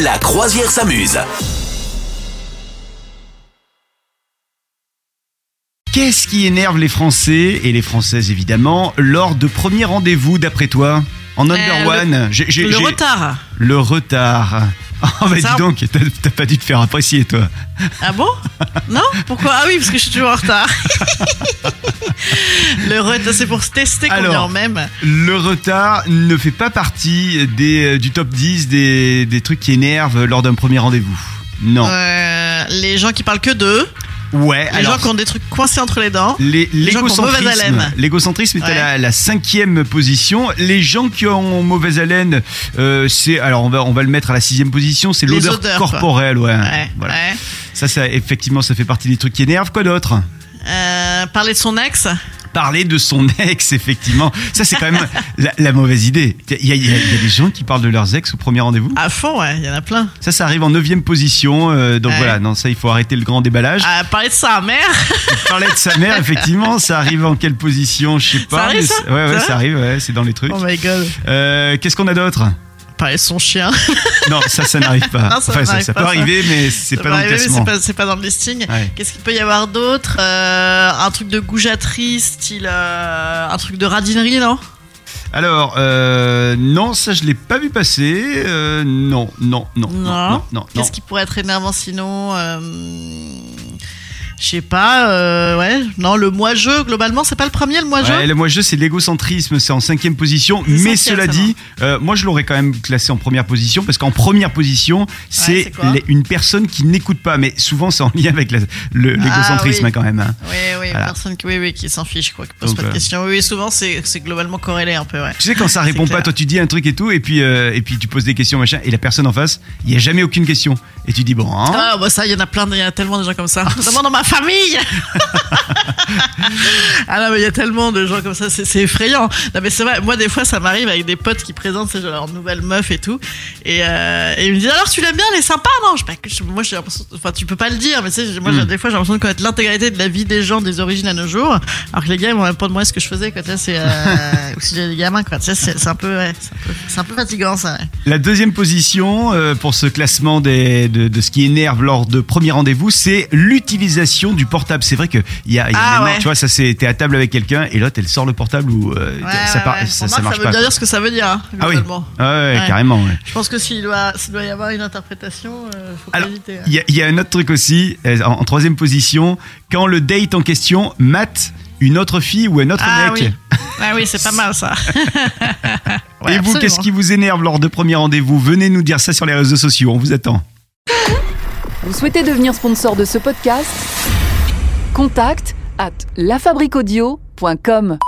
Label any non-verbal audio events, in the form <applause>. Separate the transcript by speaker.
Speaker 1: La croisière s'amuse.
Speaker 2: Qu'est-ce qui énerve les Français et les Françaises évidemment lors de premiers rendez-vous d'après toi En number
Speaker 3: Euh,
Speaker 2: one, j'ai- j'ai-
Speaker 3: Le
Speaker 2: j'ai-
Speaker 3: retard.
Speaker 2: le retard. <laughs> Oh bah
Speaker 3: Ça-
Speaker 2: dis donc, t'as t'as pas dû te faire apprécier toi. <laughs>
Speaker 3: Ah bon Non Pourquoi Ah oui, parce que je suis toujours en retard. <laughs> le retard, c'est pour se tester qu'on est
Speaker 2: Alors.
Speaker 3: en même.
Speaker 2: Le retard ne fait pas partie des, euh, du top 10 des, des trucs qui énervent lors d'un premier rendez-vous. Non.
Speaker 3: Euh, les gens qui parlent que d'eux,
Speaker 2: ouais,
Speaker 3: les
Speaker 2: alors
Speaker 3: gens qui ont des trucs coincés entre les dents.
Speaker 2: Les-
Speaker 3: gens qui ont
Speaker 2: L'égocentrisme
Speaker 3: mauvaise haleine.
Speaker 2: l'égocentrisme est à
Speaker 3: Ouais.
Speaker 2: la, la cinquième position. Les gens qui ont mauvaise haleine, euh, c'est alors on va on va le mettre à la sixième position, c'est
Speaker 3: Les
Speaker 2: l'odeur
Speaker 3: odeurs, quoi.
Speaker 2: corporelle, ouais.
Speaker 3: Ouais,
Speaker 2: Voilà.
Speaker 3: ouais.
Speaker 2: Ça, ça effectivement, ça fait partie des trucs qui énervent. Quoi d'autre
Speaker 3: Euh, parler de son ex.
Speaker 2: Parler de son ex, <laughs> effectivement, ça c'est quand même la, la mauvaise idée. Il y, a- il y a- il y a des gens qui parlent de leurs ex au premier rendez-vous.
Speaker 3: À fond, ouais, il y en a plein.
Speaker 2: Ça, ça arrive en neuvième position. euh, donc
Speaker 3: Ouais.
Speaker 2: voilà, non, ça il faut arrêter le grand déballage.
Speaker 3: Ah, parler de sa mère.
Speaker 2: Parler de sa mère, effectivement, ça arrive en quelle position Je sais pas.
Speaker 3: arrive,
Speaker 2: mais
Speaker 3: ça
Speaker 2: c'est- ouais, ouais,
Speaker 3: Ça
Speaker 2: ça,
Speaker 3: va
Speaker 2: arrive. Ouais, c'est dans les trucs.
Speaker 3: Oh my god.
Speaker 2: Euh, qu'est-ce qu'on a d'autre
Speaker 3: Parler de son chien.
Speaker 2: Non, ça, ça n'arrive pas.
Speaker 3: <laughs> Non, ça
Speaker 2: Enfin,
Speaker 3: n'arrive
Speaker 2: ça
Speaker 3: pas,
Speaker 2: peut
Speaker 3: ça.
Speaker 2: arriver, mais c'est
Speaker 3: Ça
Speaker 2: pas
Speaker 3: va
Speaker 2: dans le
Speaker 3: arriver, mais
Speaker 2: classement.
Speaker 3: C'est pas, c'est pas dans le listing.
Speaker 2: Ouais.
Speaker 3: Qu'est-ce qu'il peut y avoir d'autre Euh, Un truc de goujaterie, style. euh, un truc de radinerie, non
Speaker 2: Alors, euh, non, ça, je l'ai pas vu passer. Euh, non, non, non, non,
Speaker 3: Non.
Speaker 2: non, non, non.
Speaker 3: Qu'est-ce qui pourrait être énervant sinon Euh, Je sais pas, euh, ouais. Non, le moi-jeu, globalement, c'est pas le premier, le moi-jeu
Speaker 2: Ouais, le moi je c'est l'égocentrisme, c'est en cinquième position.
Speaker 3: C'est
Speaker 2: Mais
Speaker 3: essentiel,
Speaker 2: cela
Speaker 3: ça,
Speaker 2: dit, euh, moi je l'aurais quand même classé en première position parce qu'en première position, c'est
Speaker 3: c'est quoi
Speaker 2: les- une personne qui n'écoute pas. Mais souvent c'est en lien avec la- le- l'égocentrisme
Speaker 3: Ah oui.
Speaker 2: hein, quand même. hein.
Speaker 3: Oui, oui,
Speaker 2: Voilà.
Speaker 3: personne qui, oui, oui, qui s'en fiche, quoi, qui pose
Speaker 2: Donc,
Speaker 3: pas de
Speaker 2: euh,
Speaker 3: questions. Oui, oui, souvent, c'est c'est globalement corrélé un peu, ouais.
Speaker 2: Tu sais quand ça répond
Speaker 3: clair.
Speaker 2: pas, toi tu dis un truc et tout, et puis euh, et puis tu poses des questions machin, et la personne en face, il y a jamais aucune question, et tu dis bon. hein. Ah.
Speaker 3: Ah, bah ça, il y en a plein, de- il y en a tellement de gens comme ça. Notamment dans ma
Speaker 2: <laughs>
Speaker 3: famille Ah non, mais il y a tellement de gens comme ça, c'est c'est effrayant. Non, mais c'est vrai, moi, des fois, ça m'arrive avec des potes qui présentent ces- leur nouvelle meuf et tout. Et, euh, et ils me disent Alors, tu l'aimes bien, elle est sympa, non je, sais pas, que je- Moi, j'ai l'impression. Enfin, tu peux pas le dire, mais tu sais, j'ai- moi, j'ai-
Speaker 2: Mm.
Speaker 3: des fois, j'ai l'impression de connaître l'intégralité de la vie des gens, des origines à nos jours. Alors que les gars, ils vont même pas de moi ce que je faisais, quoi. Tu sais, c'est.
Speaker 2: <laughs>
Speaker 3: euh, ou si j'ai des gamins, quoi. Tu sais, c'est c'est un peu. Ouais, c'est un peu- c'est un, peu fatigant, ça. ouais.
Speaker 2: La deuxième position euh, pour ce classement des- de, de ce qui énerve lors de premiers rendez-vous, c'est l'utilisation du portable. C'est vrai que il y a, il y a
Speaker 3: Ah
Speaker 2: maintenant,
Speaker 3: ouais.
Speaker 2: tu vois, ça c'est t'es à table avec quelqu'un et l'autre elle sort le portable ou euh,
Speaker 3: Ouais,
Speaker 2: ça,
Speaker 3: ouais,
Speaker 2: par-
Speaker 3: ouais.
Speaker 2: ça,
Speaker 3: Pour
Speaker 2: ça
Speaker 3: moi,
Speaker 2: marche
Speaker 3: veut
Speaker 2: pas.
Speaker 3: bien dire ce que ça veut dire, hein,
Speaker 2: Ah oui.
Speaker 3: globalement.
Speaker 2: Ouais, ouais,
Speaker 3: Ouais.
Speaker 2: carrément. ouais.
Speaker 3: Je pense que s'il doit, s'il doit y avoir une interprétation, euh, faut pas
Speaker 2: Alors,
Speaker 3: hésiter. hein.
Speaker 2: Il y, a- il y a un autre truc aussi euh, en, en troisième position quand le date en question mate une autre fille ou un autre mec.
Speaker 3: Ah oui. Ah oui, c'est pas mal ça. Ouais,
Speaker 2: et vous,
Speaker 3: absolument.
Speaker 2: qu'est-ce qui vous énerve lors de premiers rendez-vous Venez nous dire ça sur les réseaux sociaux, on vous attend.
Speaker 4: Vous souhaitez devenir sponsor de ce podcast Contact à lafabriquaudio.com.